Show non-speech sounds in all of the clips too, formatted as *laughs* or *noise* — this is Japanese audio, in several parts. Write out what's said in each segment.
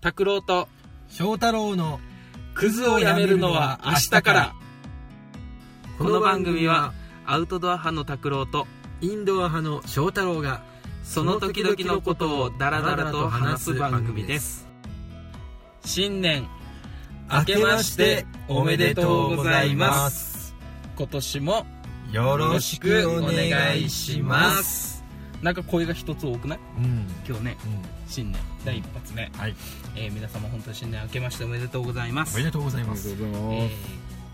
拓郎と翔太郎のクズをやめるのは明日からこの番組はアウトドア派の拓郎とインドア派の翔太郎がその時々のことをダラダラと話す番組です新年明けましておめでとうございます今年もよよろろししくくおお願願いいししまますすなんか声が一つ多くないうん今日ねうん新年第一発目、はいえー皆様本当に新年明けましておめでとうございまおすめでとうございますうごえ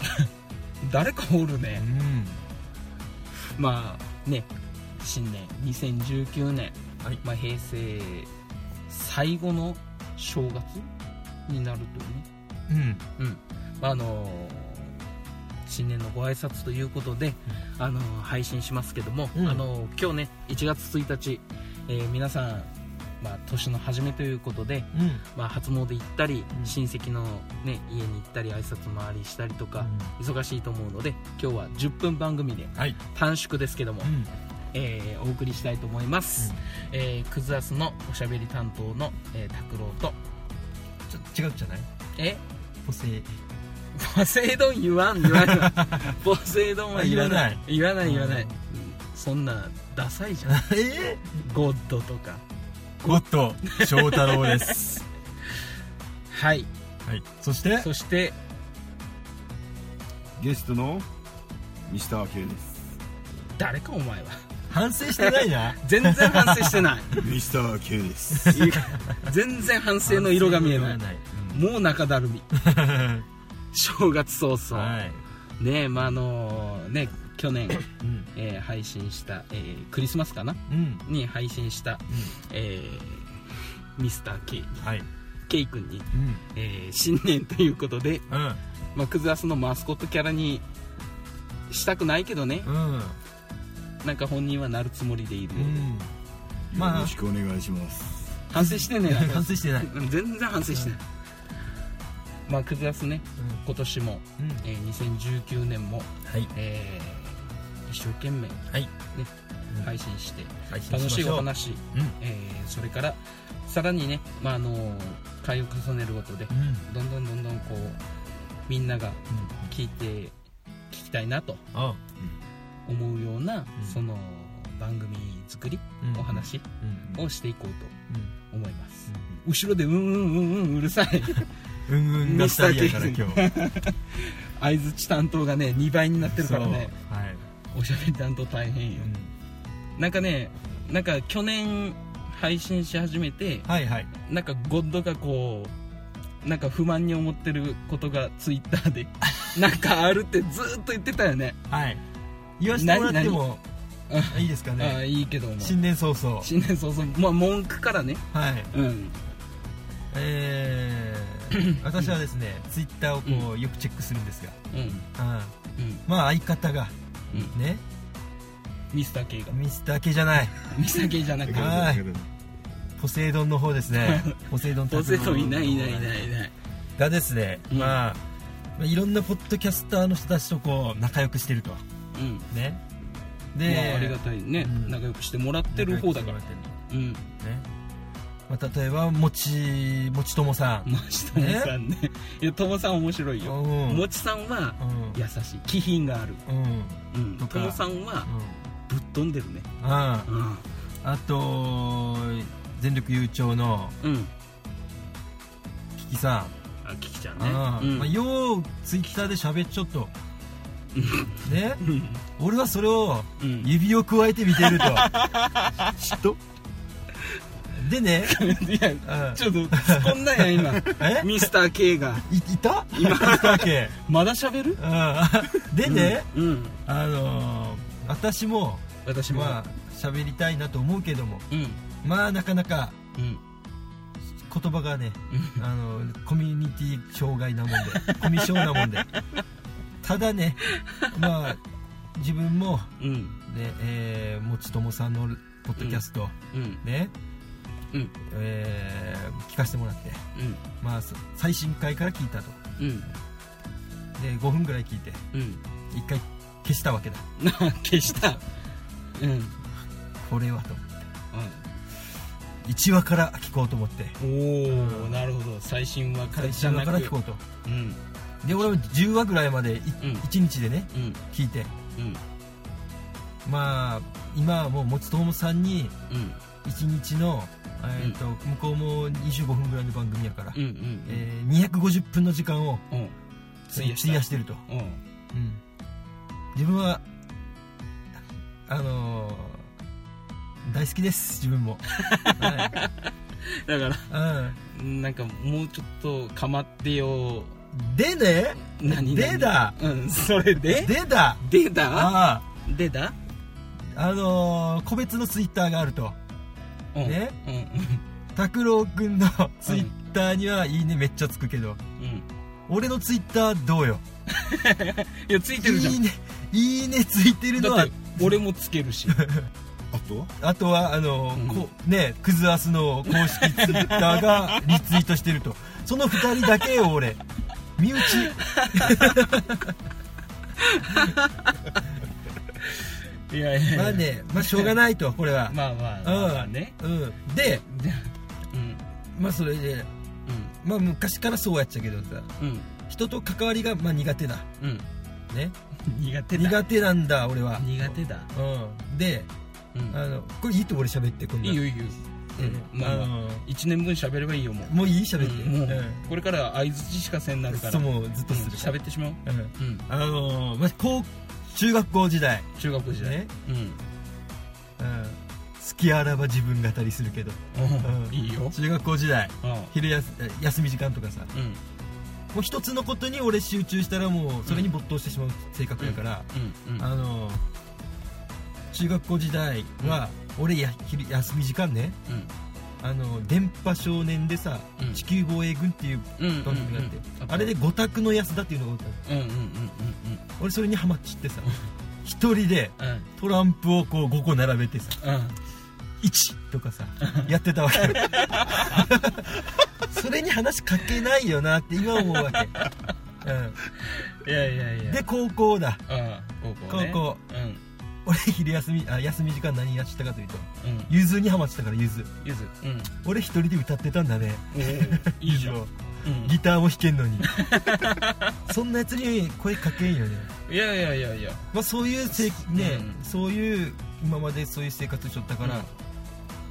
ー誰かおるね、うまあね新年2019年、はいまあ、平成最後の正月になるとね、んうんまあ、あのー新年のご挨拶ということで、あのー配信しますけども、うんあのー今日ね1月1日、えー皆さん、まあ、年の初めということで、うんまあ、初詣行ったり、うん親戚の、ね、家に行ったり挨拶回りしたりとか、忙しいと思うので今日は10分番組ではい短縮ですけども、うんえーお送りしたいと思います、えークズアスのおしゃべり担当のえー拓郎、とちょっと違うじゃないえ補正ポセイドン言わん言 *laughs* わないポセイドンは言わない言わない言わない、うんそんなダサいじゃん *laughs* *laughs* えゴッドとかゴッド翔太郎ですはいはいそ *laughs* してそしてゲストの西田明です誰かお前は反省してないな全然反省して *laughs* ない西田明です *laughs* いいか全然反省の色が見えない反省もう中だる *laughs* みの色がない正月早うん々、はいねえまああのーね去年、うんえー配信した、えークリスマスかなうんに配信した、えーミスター K, はい K 君に、うんえー新年ということで、うんまあ、クズアスのマスコットキャラにしたくないけどねうんなんか本人はなるつもりでいる、うんよまろあしくお願いします反省してね *laughs* 反省してないうん全然反省してない、まあクズアスね今年も、うんえー2019年も、はいえー一生懸命はい配信して配信楽しいまおょう話うんえーそれからさらにね、まあ、あの回を重ねることでうんうんどんどんどんどんこうみんなが聞いて聞きたいなとあ思うような、うんその番組作り、うんお話うんをしていこうとうん思います、後ろでうんうんうんうんうるさ *laughs* いうんうんがしたいやから今日相づち担当がね2倍になってるからねそうはいおしゃべり担当大変よ、なんかねなんか去年配信し始めて、はいはいなんかゴッドがこうなんか不満に思ってることがツイッター *laughs* でなんかあるってずーっと言ってたよね、はい言わせてもらっても何いいですかああねいいけども新年早々新年早々まあ文句からねはいうんえー *coughs* 私はですねツイッターをこうよくチェックするんですうんがうんうんまあ相方がうんねミスター K がミスター系じゃないミスター K じゃなく *laughs* てはいポセイドンの方で *laughs* すねポセイドン当然拓郎のい方ないいないいないいないがですね、うんまあまあいろんなポッドキャスターの人たちとこう仲良くしてるとうんねまあ、ありがたいね、うん仲良くしてもらってる方だから仲良くしてもらっうんてるね、まあ、例えばもちもちともさんもちともさんねいやともさん面白いようんもちさんはうん優しい気品があるうんうんうんととかもさんはぶっ飛んでるねあうんあと全力優勝のうんキキさん、あキキちゃんねあーうんまあ、ようツイッターで喋っちょっ *laughs* とねうん俺はそれをうん指を加えて見て *laughs* ると嫉妬でね、いやうんちょっと突っ込んだやん *laughs* 今えミスター K がいいた今いたわけまだ喋るうんでね、うんうんあのー私も私もまあ喋りたいなと思うけどもうんまあなかなかうん言葉がねあのコミュニティ障害なもんでコミュ障 *laughs* なもんでただねまあ自分もうんねえーもちともさんのポッドキャストうんね、うんえー聞かせてもらってうんまあそ最新回から聞いたとうんで5分ぐらい聞いてうん *laughs* 1回消したわけだな消したうんこれはとう1話から聞こうと思っておおなるほど最新話から最じ新ゃ話なくから聞こうとうんで俺も10話ぐらいまでい、うん1日でねうん聞いてうんまあ今はもうもつともさんにうん1日の、えーと向こうも25分ぐらいの番組やから、うんうんえー250分の時間をうん費費ややしたしてると、うんうん自分はあのー大好きです自 *laughs* 分も、だはからいなんかもうちょっとかまってようん、でね何でだ何うんそれででだでだあでだああのー個別のツイッターがあるとうんねうん拓郎くんのツイッターには「いいね」めっちゃつくけどうんうん俺のツイッターどうよいやついてるじゃいいねいいねついてるんのだはって俺もつける *laughs* しあとはあとはあの、うんこねクズアスの公式ツイッターがリツイートしてるとその2人だけよ俺身内いやいやいやまあね、まあ、しょうがないとこれは、まあまあまあまあねうん、でうんまあそれでまあ昔からそうやっちゃけどさうんうん人と関わりがまあ苦手だうんね苦手だ苦手なんだ俺は苦手だうんでうんあのこれいいと俺喋ってこんないいよいいようんまあまあ1年分喋ればいいよもうもういい喋って、うんもううこれから相づちしかせんなるん、かそらうもうずっとうんするから喋ってしまおううんうんあのーまあ、高中学校時代、中学校時代ねうんうん、好きあらば自分語りするけどうんうんいいよ中学校時代うん昼やす休み時間とかさもうんう一つのことに俺集中したらもうそれに没頭してしまう性格やから、うんうんあのー中学校時代は俺や昼休み時間ねうんあのー電波少年でさ、うん地球防衛軍っていううんうん番組があって、うんあれで五択の安田っていうのがおったのうんうんうん俺それにハマっちってさ一人でうんうんトランプをこう5個並べてさうん1とかさやってた *laughs* わけよそれに話かけないよなって今思うわけ、いやいやいうん、やで高校だうん高校ね高校うん俺昼休みあ休み時間何やってたかというとうんゆずにハマってたからゆずゆずうん俺一人で歌ってたんだねおー *laughs* いいじゃんゆずをうんギターも弾けんのにそんなやつに声かけんよね、いやいやいやいやまあ、そういうせいね、うんそういう今までそういう生活しとったから、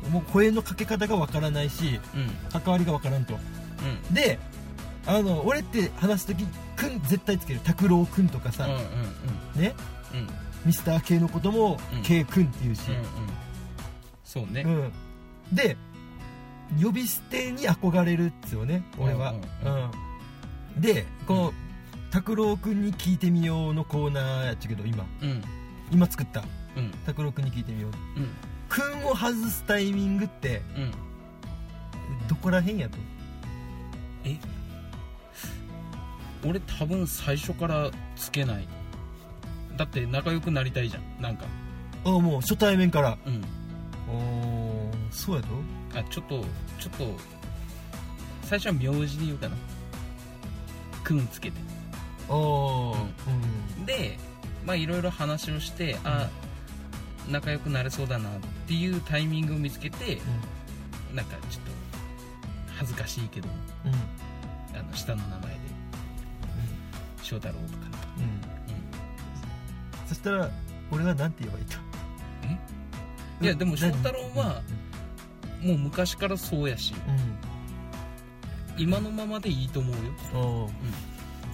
もう声のかけ方がわからないしうん関わりがわからんとうんであの俺って話す時「くん」絶対つける「拓郎くん」とかさ、うんうんねうんうんミスター k のこともうん「K くん」って言うし、うんうんそうねうんで呼び捨てに憧れるっつよね俺は、ううんんうでこう「拓郎くんに聞いてみよう」のコーナーやっちゃけど今うん今作ったうん「拓郎くんに聞いてみよううん」くんを外すタイミングってうんどこらへんやと俺多分最初からつけないだって仲良くなりたいじゃんなんかああもう初対面からうんおーそうやとあちょっとちょっと最初は名字で言うかなくんつけてああうん、でまあいろいろ話をして、あ仲良くなれそうだなっていうタイミングを見つけてなんかちょっと恥ずかしいけどうんうんあの下の名前で翔太郎とかうんそしたら俺はなんて言えばいいといやでも何翔太郎はもう昔からそうやしうん、今のままでいいと思うようん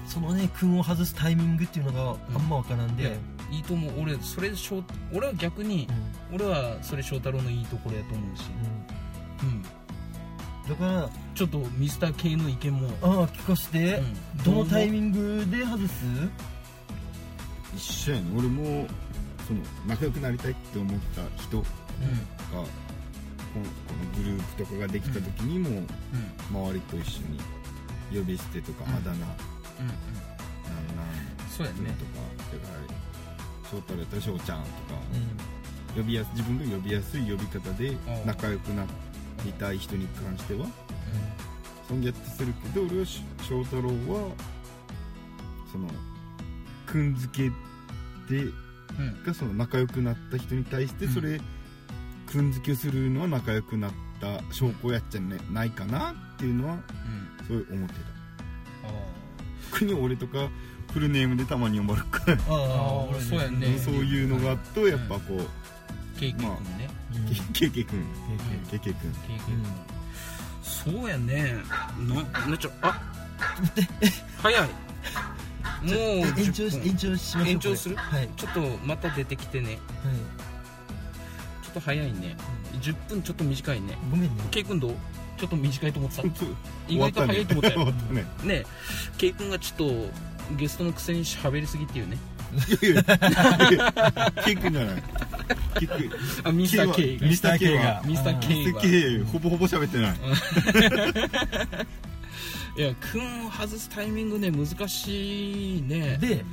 そのね君を外すタイミングっていうのがあんまわからんで、うんいいと思う俺それ翔俺は逆にうん俺はそれ翔太郎のいいところやと思うし、うん、うんだからちょっとミスター系の意見も、ああ聞かして、うんどのタイミングで外す一緒やね俺もその仲良くなりたいって思った人がうこのこのグループとかができた時にもん周りと一緒に呼び捨てとかうんあだ名なんうんうんそうやなんねとかだから翔太郎やったら翔ちゃんとかう呼びやす自分が呼びやすい呼び方でん仲良くなりたい人に関してはそんやってするけど俺はし翔太郎はそのくんづけうでんがその仲良くなった人に対してうんそれ、くんづけをするのは仲良くなった証拠やっちゃねないかなっていうのはうんすごい思ってあた国俺とかフルネームでたまに呼ばれるから、ーあー俺ねそうやねうんそういうのがあるとやっぱこう、ケイケイ君ねうんけけいけいくんけいけいくんケイケイ君そうやねななっちゃあ *laughs* 早いもうえ延長10し分延長しましょう延長するこれはい、はい、ちょっとまた出てきてねちょっと早いね10分ちょっと短いねごめんねケイ君どうちょっと短いと思ってたそう意外と早いと思った *laughs* 終わよっ *laughs* たねねケイ君がちょっとゲストのくせに喋りすぎっていうね終わったねいやいやケイくんじゃないケイくんあミスターケイがミスター K がミスター K すっげえほぼほぼ喋ってないいや君を外すタイミングね難しいあーねで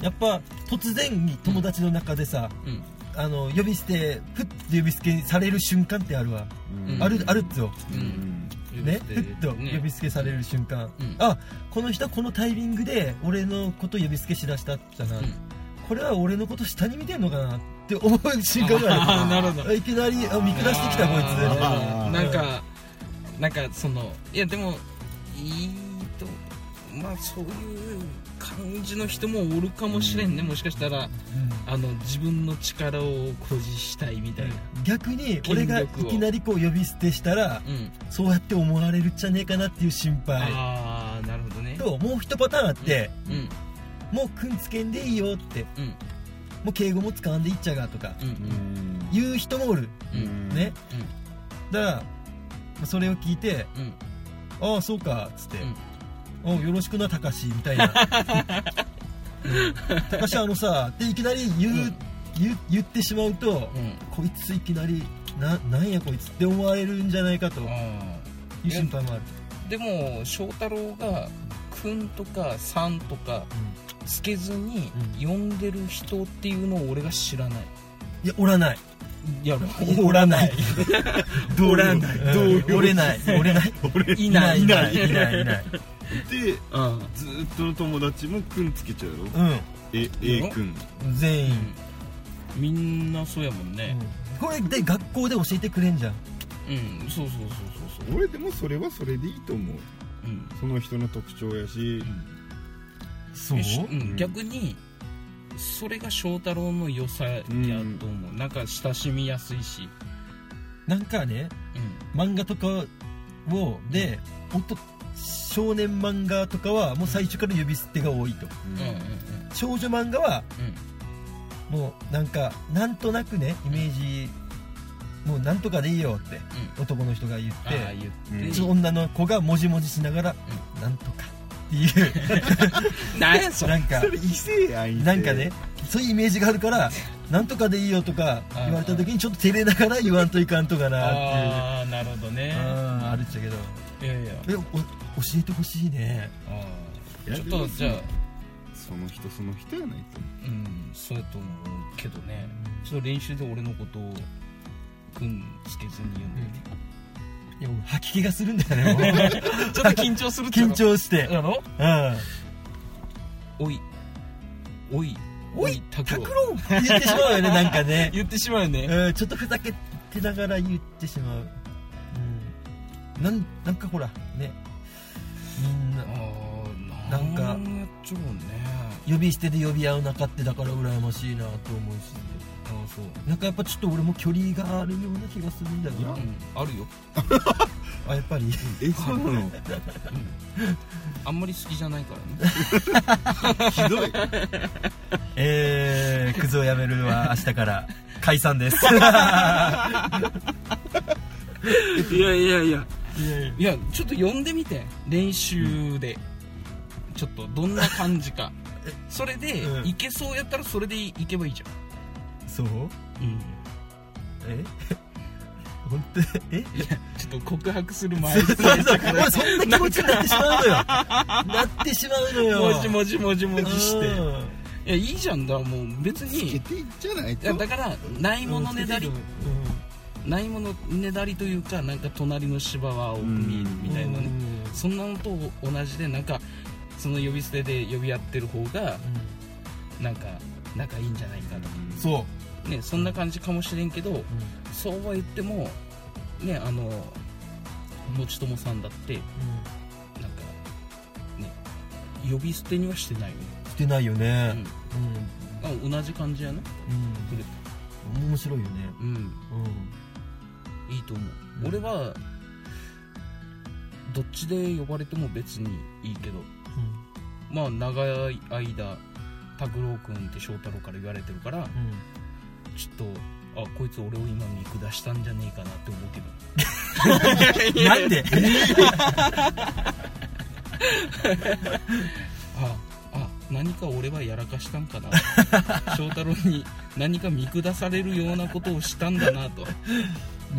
やっぱ突然に友達の中でさ、うんあの呼び捨てふっと呼び捨てされる瞬間ってあるわ、うんあるあるっつよ、ううんんね、ふっと呼び捨てされる瞬間、うんあこの人はこのタイミングで俺のこと呼び捨てしだしたじゃな、うんこれは俺のこと下に見てんのかなって思う瞬間 *laughs* があああなるほどるいきなりあ見下してきたこいつあーうんなんかなんかそのいやでもいいとまあそういう感じの人もおるかもしれんねもしかしたらうんあの自分の力を誇示したいみたいな逆に俺がいきなりこう呼び捨てしたらうんそうやって思われるんじゃねえかなっていう心配ああなるほどねともう一パターンあって、うんもうくんつけんでいいよってうんもう敬語も使わんでいっちゃがとかうんう言う人もおるうんうんんね、だからまあそれを聞いてうん「ああそうか」っつってうん「おうよろしくなたかし」みた *laughs* いな「たかしあのさ」っていきなり言う、うん言う言ってしまうと、うんこいついきなりななんやこいつって思われるんじゃないかといあう心配もある、ーでも翔太郎が「くん」とか「さん」とかつけずに呼んでる人っていうのを俺が知らないいやおらないいやおら *laughs* ない同おら僚ない同うん僚折 *laughs* れない折れない俺いないいないいないいないで *laughs* うんずーっとの友達もくんつけちゃうようえ A くんん全員、みんなそうやもんねうんこれで学校で教えてくれんじゃんうん、そうそうそうそうそう俺でもそれはそれでいいと思ううんその人の特徴やしそうよしうんうん逆にそれが翔太郎の良さやと思うなんか親しみやすいしなんかねうん漫画とかをで、ほんと少年漫画とかはもう最初から呼び捨てが多いとうんうんうん少女漫画はもうなんかなんとなくねイメージもうなんとかでいいよって男の人が言っああて言うっんてその女の子がもじもじしながら、なんとかっていう *laughs* 何やそれなんかそれ異性愛なんかねそういうイメージがあるからなんとかでいいよとか言われた時にちょっと照れながら言わんといかんとかなってああなるほどねいうああるっちゃけどいやいやえお教えてほしいねあーいやちょっとじゃあでもその人その人やないとうんそうやと思うけどねちょっと練習で俺のことをくんつけずに呼んでみていやもう吐き気がするんだよ *laughs* ねも *laughs* うちょっと *laughs* 緊張するって緊張 *laughs* してやろうんおいおいおいタ拓郎って言ってしまうよねなんかね、言ってしまうよね *laughs* うん、ちょっとふざけてながら言ってしまう、うん、なんなんかほらねみんあなーなんかやっちゃうね呼び捨てで呼び合う仲ってだから羨ましいなと思うしああそうなんかやっぱちょっと俺も距離があるような気がするんだよいなやうんあるよあやっぱりえそうなのあんまり好きじゃないからねひ *laughs* どいえー、クズをやめるは明日から解散 *laughs* ですいやいやいやいやちょっと呼んでみて練習で、ちょっとどんな感じかそれで、うんいけそうやったらそれでいけばいいじそうゃん、うん、え本当にえちょっと告白するそうそうそう前に俺そんな気持ちになってしまうのよなってしまうのよもじもじもじもじしてういんやいいじゃんだからもう別つにけいていっちゃないとやだからないものねだりうないものねだりというかなんか隣の芝は青く見えるうんみんたいなねうんそんなのと同じでなんかその呼び捨てで呼び合ってる方がなんか仲いいんじゃないかとかそうねそんな感じかもしれんけどそうは言ってもねあの後友さんだってなんかね呼び捨てにはしてないよねしてないよねうんあ同じ感じやねうん、うん、面白いよねうんうんいいと思う、うん俺はどっちで呼ばれても別にいいけどまあ長い間拓郎君って翔太郎から言われてるからうんちょっとあこいつ俺を今見下したんじゃねえかなって思うけどうん *laughs* なんでああ何か俺はやらかしたんかな翔太郎に何か見下されるようなことをしたんだなとでね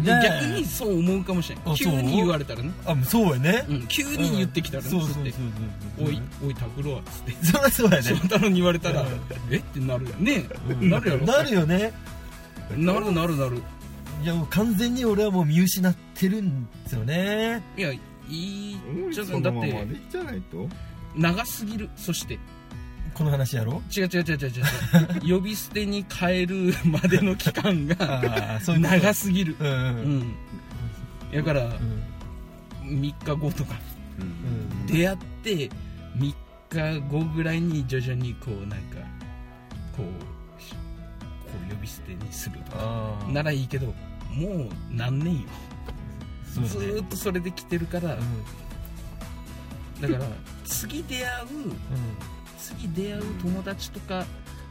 え逆にそう思うかもしれないあ急そうに言われたらね、あそうやねうん、急に言ってきたらね、そうそうつそっうてそう「おいおい拓郎」つってそりゃそうや翔ね太郎に言われたらうん「えっ?」てなるやんねうんなるやろなるよねなるなるなるいやもう完全に俺はもう見失ってるんですよねいやいいうんちょっそとだのっままでていいじゃないと長すぎるそしてこの話やろ違う違う違う違う違う呼び捨てに変えるまでの期間がああそういうこと長すぎるうんうんううんんだからう3ん日後とかうんで出会って3日後ぐらいに徐々にこうなんかこうしこう呼び捨てにするとかああならいいけどもう何年よそうずねーっとそれで来てるから、うんだから次出会ううん次出会う友達とか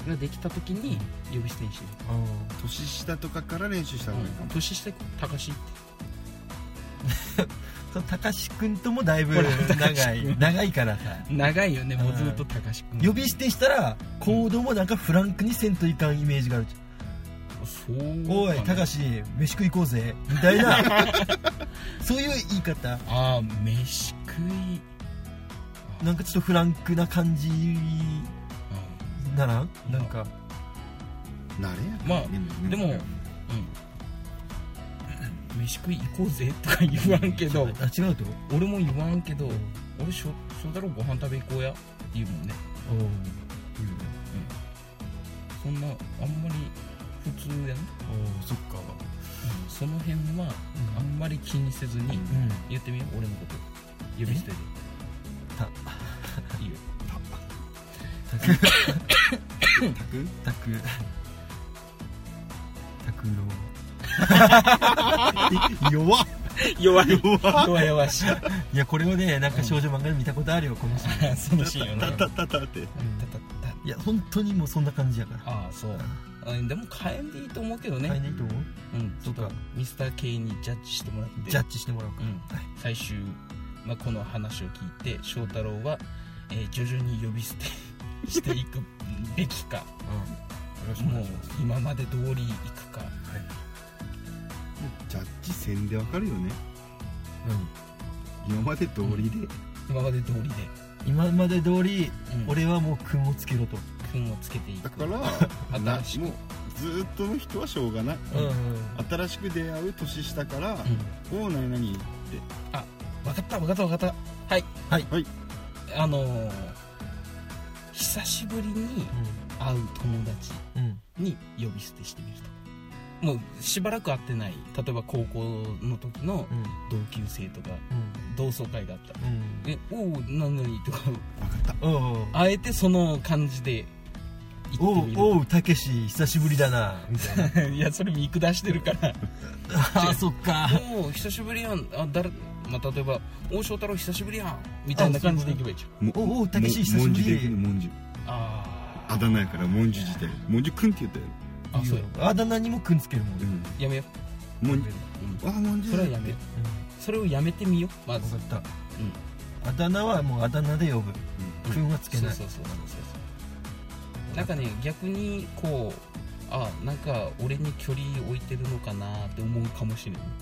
ができた時に呼び捨てにしてみるああ年下とかから練習した方がいいかも年下たかしってそうたかし君ともだいぶほらたかし長い君長いからさ長いよねもうずっとたかしくん呼び捨てしたら行動もなんかフランクにせんといかんイメージがあるそうおいたかしし飯食い行こうぜみた *laughs* いなそういう言い方ああ飯食いなんかちょっとフランクな感じならんなんかなれやまああでもうん飯食い行こうぜとか言わんけどあ違うと俺も言わんけどうん俺しょ翔太郎ご飯食べ行こうやって言うもんねそんなあんまり普通やねおそっかその辺はあんまり気にせずにうん言ってみよう俺のこと呼び捨てでたいいよたくたくたくたく弱っ弱い弱々しいろいやこれをねなんか少女漫画で見たことあるよこの人そのシーンよねたたたたたたってたいや本当にもうそんな感じやからああそううんでも変えんでいいと思うけどね、買えないと思ううん、ちょっそとうかミスター K にジャッジしてもらってジャッジしてもらおうかうんはい最終、まあ、この話を聞いて翔太郎は、えー徐々に呼び捨て *laughs* していくべきかよろしくおも願ういします今まで通りいくかジャッジ戦でわかるよねう今まで通りで今まで通りで、ん今まで通りうん、俺はもう君をつけろと君をつけていだくからな新もうしくずっとの人はしょうがないうん新しく出会う年下からうん「おう何々」って分かった分かった分かったはいはいはいあのー久しぶりに会う友達うんうんに呼び捨てしてみるともうしばらく会ってない例えば高校の時のうん同級生とかうん同窓会があったらうんえおお何々とか「分かっおうあえてその感じでお行ってうみるおうたけし久しぶりだなみたいな *laughs* いやそれ見下してるから *laughs* あそっかおお久しぶりやんあ誰まあ、例えば「大翔太郎久しぶりやん」みたいな感じでいけばいいじゃんた」もおうおうたけしもん久しぶりもんじでいくねもんじゅああだ名やからもんじゅ自体もんじゅくんって言ったよあそうやあだ名にも君つけるもんうんやめよもん分あもんじゅそれはやめよそれをやめてみようまずかったあだ名はもうあだ名で呼ぶうん君はつけないそうそうそうそうそうなんかね逆にこうあなんか俺に距離置いてるのかなって思うかもしれない、うんう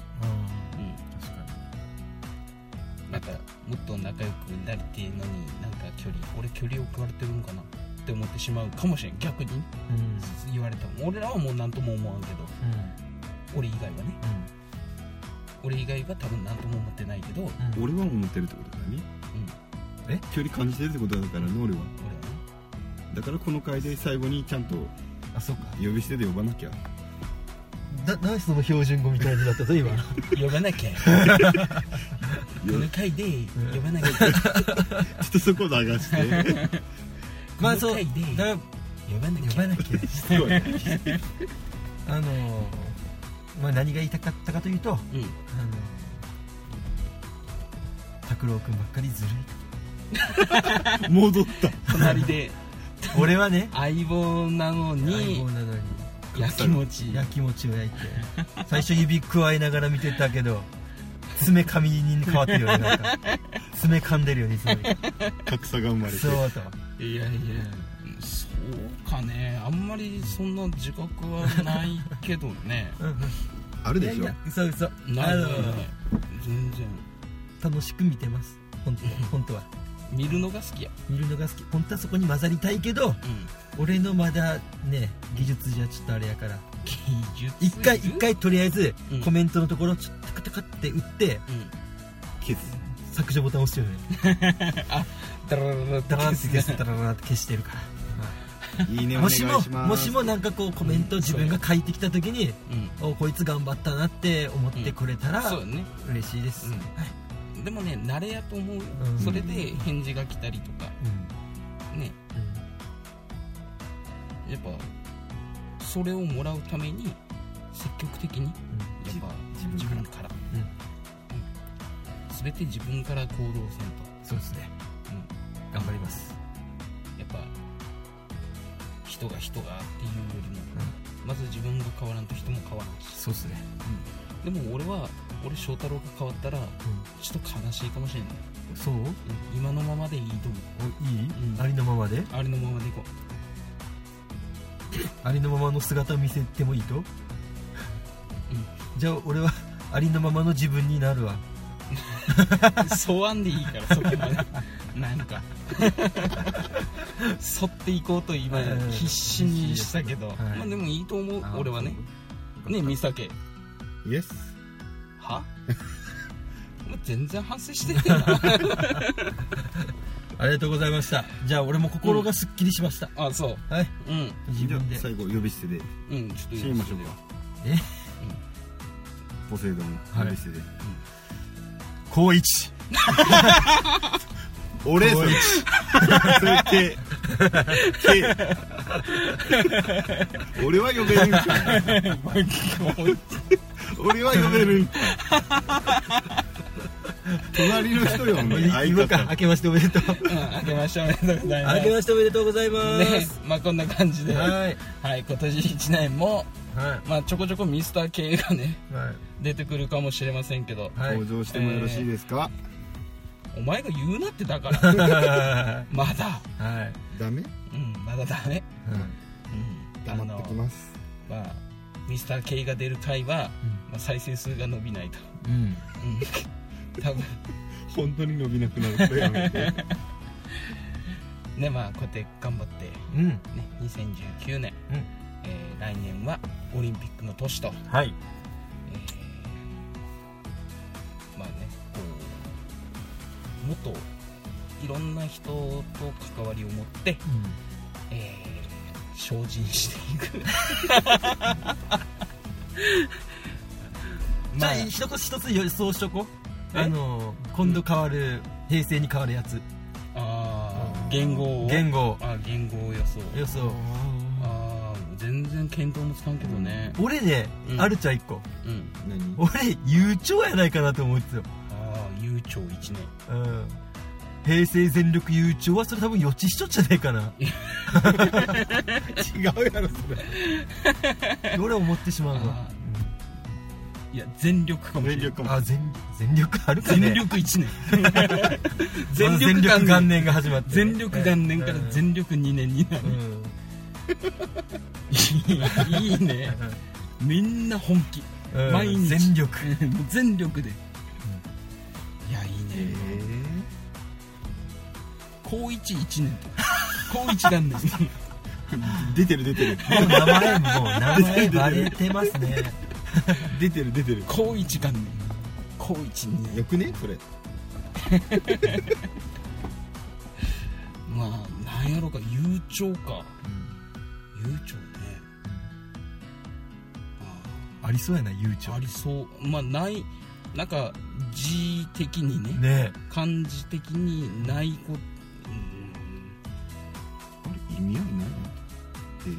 確かん、なんかもっと仲良くなりてえのになんか距離俺距離置かれてるのかなって思ってしまうかもしれん逆にうん言われたも俺らはもう何とも思わんけど俺以外はね俺以外は多分何とも思ってないけど、うん、うんうんに俺は思ってるってことだねえ距離感じてるってことだからね俺は俺はねだからこの回で最後にちゃんとあそっか呼び捨てで呼ばなきゃな何その標準語みたいになっ *laughs* たぞ今呼ばなきゃこの回で *laughs* 呼ばなきゃっとそこ流してまあそう細かいねだか呼ばならき呼ゃばなきゃすごいねあのまあ何が言いたかったかというとあのうん拓郎君ばっかりずるいと戻った隣で俺はね相棒なの相に棒なのにやきもち焼き餅を焼いて最初指くわえながら見てたけど爪髪に変わってるよねなんか爪噛んでるよねいつもより格差が生まれてそうといやいやそうかねあんまりそんな自覚はないけど *laughs* ねうんうんあるいやでいしょや嘘嘘ないよねあの全然楽しく見てます本当本当は見るのが好きや見るのが好き本当はそこに混ざりたいけどうん俺のまだね技術じゃちょっとあれやから技術一回一回とりあえずうんコメントのところちょっとタカタカって打ってうんケツ削除ボタン押してるのよねダラララダラーンって消すしてダララーンって消してるからいいねお願もいししもますもしもなんかこうコメントを自分が書いてきた時にうんおこいつ頑張ったなって思ってくれたらそうよね嬉しいです、うんうんでもね慣れやと思うようんそれで返事が来たりとかねやっぱそれをもらうために積極的にやっぱじ自自分分からうん全て自分から行動せんと、そうですねう頑張りますん、やっぱ人が人がっていうよりも、まず自分が変わらんと人も変わらんしそうですね、でも俺は俺翔太郎が変わったらちょっと悲しいかもしれないうん、そううん今のままでいいと思おいい、うんありのままでうありのままでいこ *laughs* ありのままの姿を見せてもいいと、じゃあ俺はありのままの自分になるわうそわんでいいからそ *laughs* こまでなんか沿っていこうと今うん必死にしたけど、はいまあでもいいと思うあ俺はねね美咲イエス *laughs* はもう全然反省してないなありがとうございましたじゃあ俺も心がすっきりしました、 *laughs* あそうはいうん自分で最後呼び捨てでうんちょっと締めましょうかえポセイドンはい呼び捨てで高一俺それそれ系系俺は呼べるんかい俺は呼べるんかい隣の人よもう今相か方明けましておめでとううん、明けましておめでとうございます明けましておめでとうございます、ねまあこんな感じでははいい、今年1年も、はまあ、ちょこちょこミスター系がねいはい出てくるかもしれませんけどはい登場してもよろしいですかお前が言うなってだからはまだいダメうんまだダメうんあ黙っのてきますまあミスター系が出る回は、まあ、再生数が伸びないと、うんうん、多分本当に伸びなくなる *laughs* これやめてねまあこうやって頑張ってうんね、2019年、うんえー来年はオリンピックの年と、はいえーまあねこうもっといろんな人と関わりを持って、えー精進してい *laughs* くじゃまああ一つ一つ予想しとこうえあの今度変わる平成に変わるやつあー言語を言語あ言語を予想予想あー全然見当もつかんけどね俺ねうんあるちゃん一個うん何俺悠長やないかなと思うんですよああ悠長1年うん平成全力悠長はそれ多分予知しとっちゃないかな違うやろそれ俺思ってしまうわあいや全力かもしれ全ない力かもあ全全力あるかね全力1年ま全力ず *laughs* 全力元元年年が始まって全力元年から全力2年になるうんいいねみんな本気うん毎日全力全力で、いやいいね高1 1年と高1元 *laughs* 年出てる出てるもう名前ももう名前バレてますね出てる出てる高1元年高1年よくねそれまあなんやろか悠長か悠長ね、あ *laughs* ありそうやなゆうちょありそうまあないなんか字的にねね漢字的にないこあれ意味合いないな平成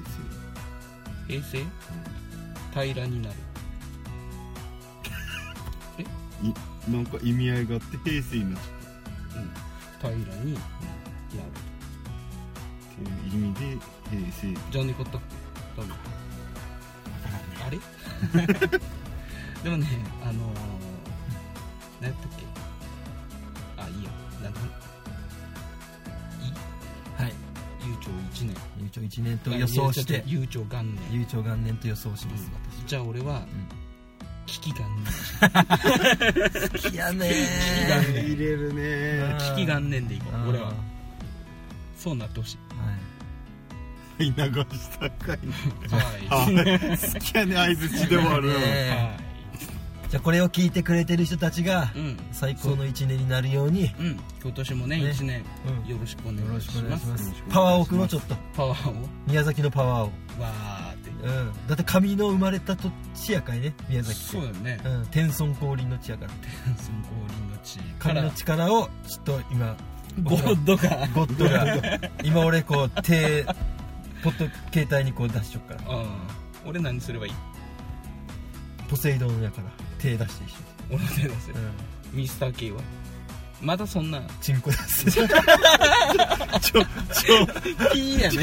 うん平成平らになるうんなんか意味合いがあって平成になっ平らになるていう意味で平成じゃねえこと多分あれ *laughs* でもねあのー、何やったっけあいいやなんだはい悠長1年ゆうちょ1年と予想して悠長元年ゆうちょ元年と予想しますじゃあ俺は危機元年私好きやね好きだね入れるね危機元年でいこう俺ははそうなってほしい流したかい *laughs* あはい好きやね相づちでもあるなねはじゃあこれを聞いてくれてる人たちがいうん最高の1年になるようにうん今年もねね1年うんよろしくおよ願ろいししくお願まいしすまよすろしくお願いしますパワーを送ろうちょっとパワーを宮崎のパワーをわーってうんだって上の生まれた土地やかいね宮崎ってそうだよね *laughs* うん天孫降臨の地やからその降臨の地か神のら力をちょっと今ゴッドがゴッドが今俺こう手ポッド携帯にこう出しちゃうからああ俺何すればいいポセイドンやから手出して一緒俺の手出せるにうんミスター K はまだそんなチンコ出すいいやね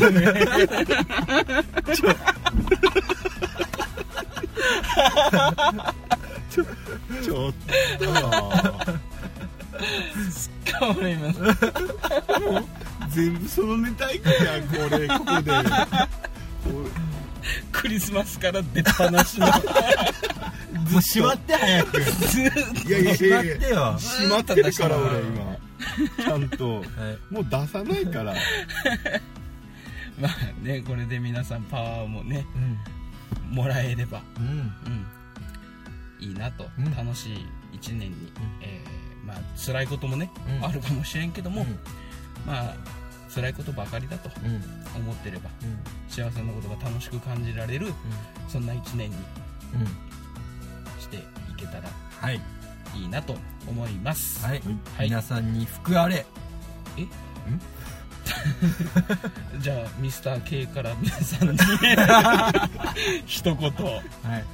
*laughs* *laughs* ちょっとかわいいな全部そのネタいくやんこれここでクリスマスから出っ放しのもうしまって早くずーっいやいやいしまってやいやよは閉まってるから俺今ちゃんといもう出さない *laughs* からとまあねこれで皆さんパワーもねうんもらえればううんんいいなと、うん楽しい1年に、えーまあ辛いこともね、うんあるかもしれんけども、うんまあ辛いことばかりだとうん思ってればうん幸せなことが楽しく感じられるそんな1年にうんしていけたらはいいいなと思います、はいはい皆さんに福あれじゃあミスター k から皆さん *laughs* に *laughs* 一言はい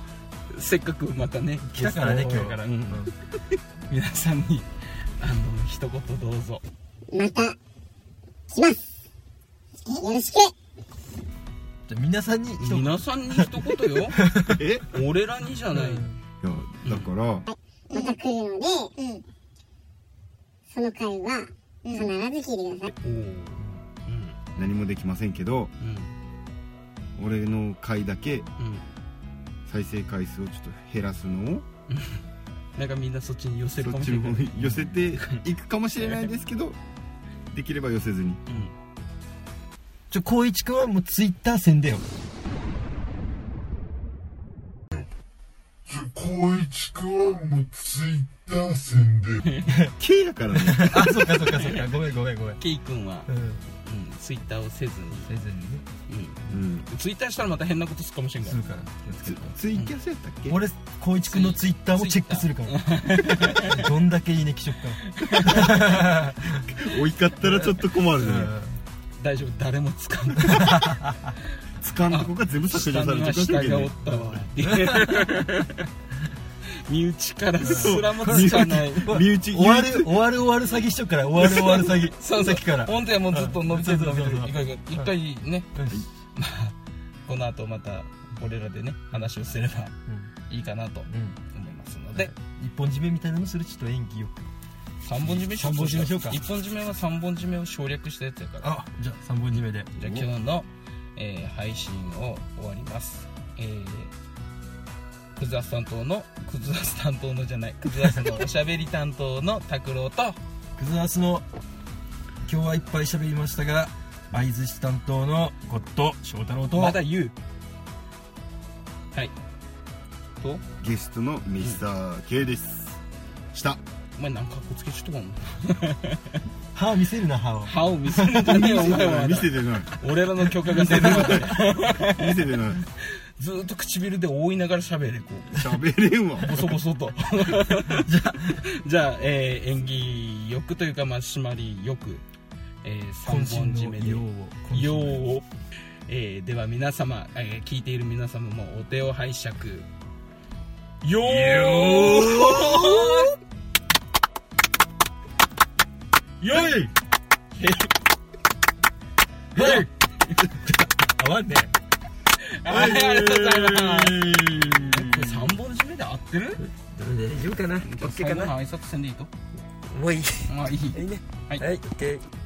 せっかくまたね来たからねゲスト今日から、うん皆さんにあの一言どうぞまた、します。よろしく。じゃあ皆さんに一言皆さんに一言よえいや俺らにじゃない、だからまた来るので、その回は必ず聞いてくだおさい。おうん何もできませんけどうん俺の回だけうん再生回数をちょっと減らすのをなんかみんなそっちに寄せるそかっもちしれのな方いに寄せていくかもしれないですけどできれば寄せずにうんちょ光一君はもうツイッター宣伝を光一くんはもうツイッター宣伝 K だ *laughs* からねあそっかそっかそっかごめんごめんごめん K 君は、うんうん、ツイッターをせずに、せずにねうんうん、ツイッターしたらまた変なことするかもしれんかすらるから気をつけツてツイキャスやったっけ俺光一君のツイッターもチェックするからどんだけいいね来ちょっかお怒ったらちょっと困るうねん大丈夫誰も使わない掴んだ子が全部削除下されにはちゃ下ったがおわったわっていう身内からすらもつかないけね身内終わる終わる終わる詐欺しとくから終わる終わる *laughs* 詐欺そうさっきから本当はもうずっと伸びてる伸びてるうんいかいか一回ねよしまあこの後また俺らでね話をすればいいかなとうんうん思いますので一本締めみたいなのするちょっと演技よく三本締めしよう三本締めしようか一本締めは三本締めを省略したやつやからあじゃあ3本締めでじゃあ今日の、えー配信を終わります。えークズアス担当のクズアス担当のじゃないクズアスのおしゃべり担当の拓郎とクズアスの今日はいっぱい喋りましたが相づち担当のゴッド翔太郎とまだ言うはいとゲストのミスター K ですしたお前なんかかっこつけちょっとこん歯見せるな歯を歯を見せるんじゃねえよお前は見せてない俺らの許可が出てなかった見せてないずーっと唇で覆いながら喋れこう喋れんわボソボソと *laughs* じゃあじゃあ、えー、演技欲というかまあ締まりよく、えー、3本締めで用をようを、えーでは皆様、えー聞いている皆様もお手を拝借よーよいはい合わんねありがとうございますこれ三本締めで合ってる大丈夫かな OK か最後なの挨拶せんでいいともういい *laughs* まあいいいいねはいはい OK